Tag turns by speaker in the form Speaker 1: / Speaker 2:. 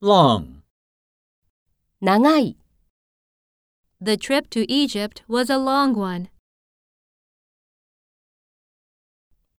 Speaker 1: long,
Speaker 2: 長い The trip to Egypt was a long one.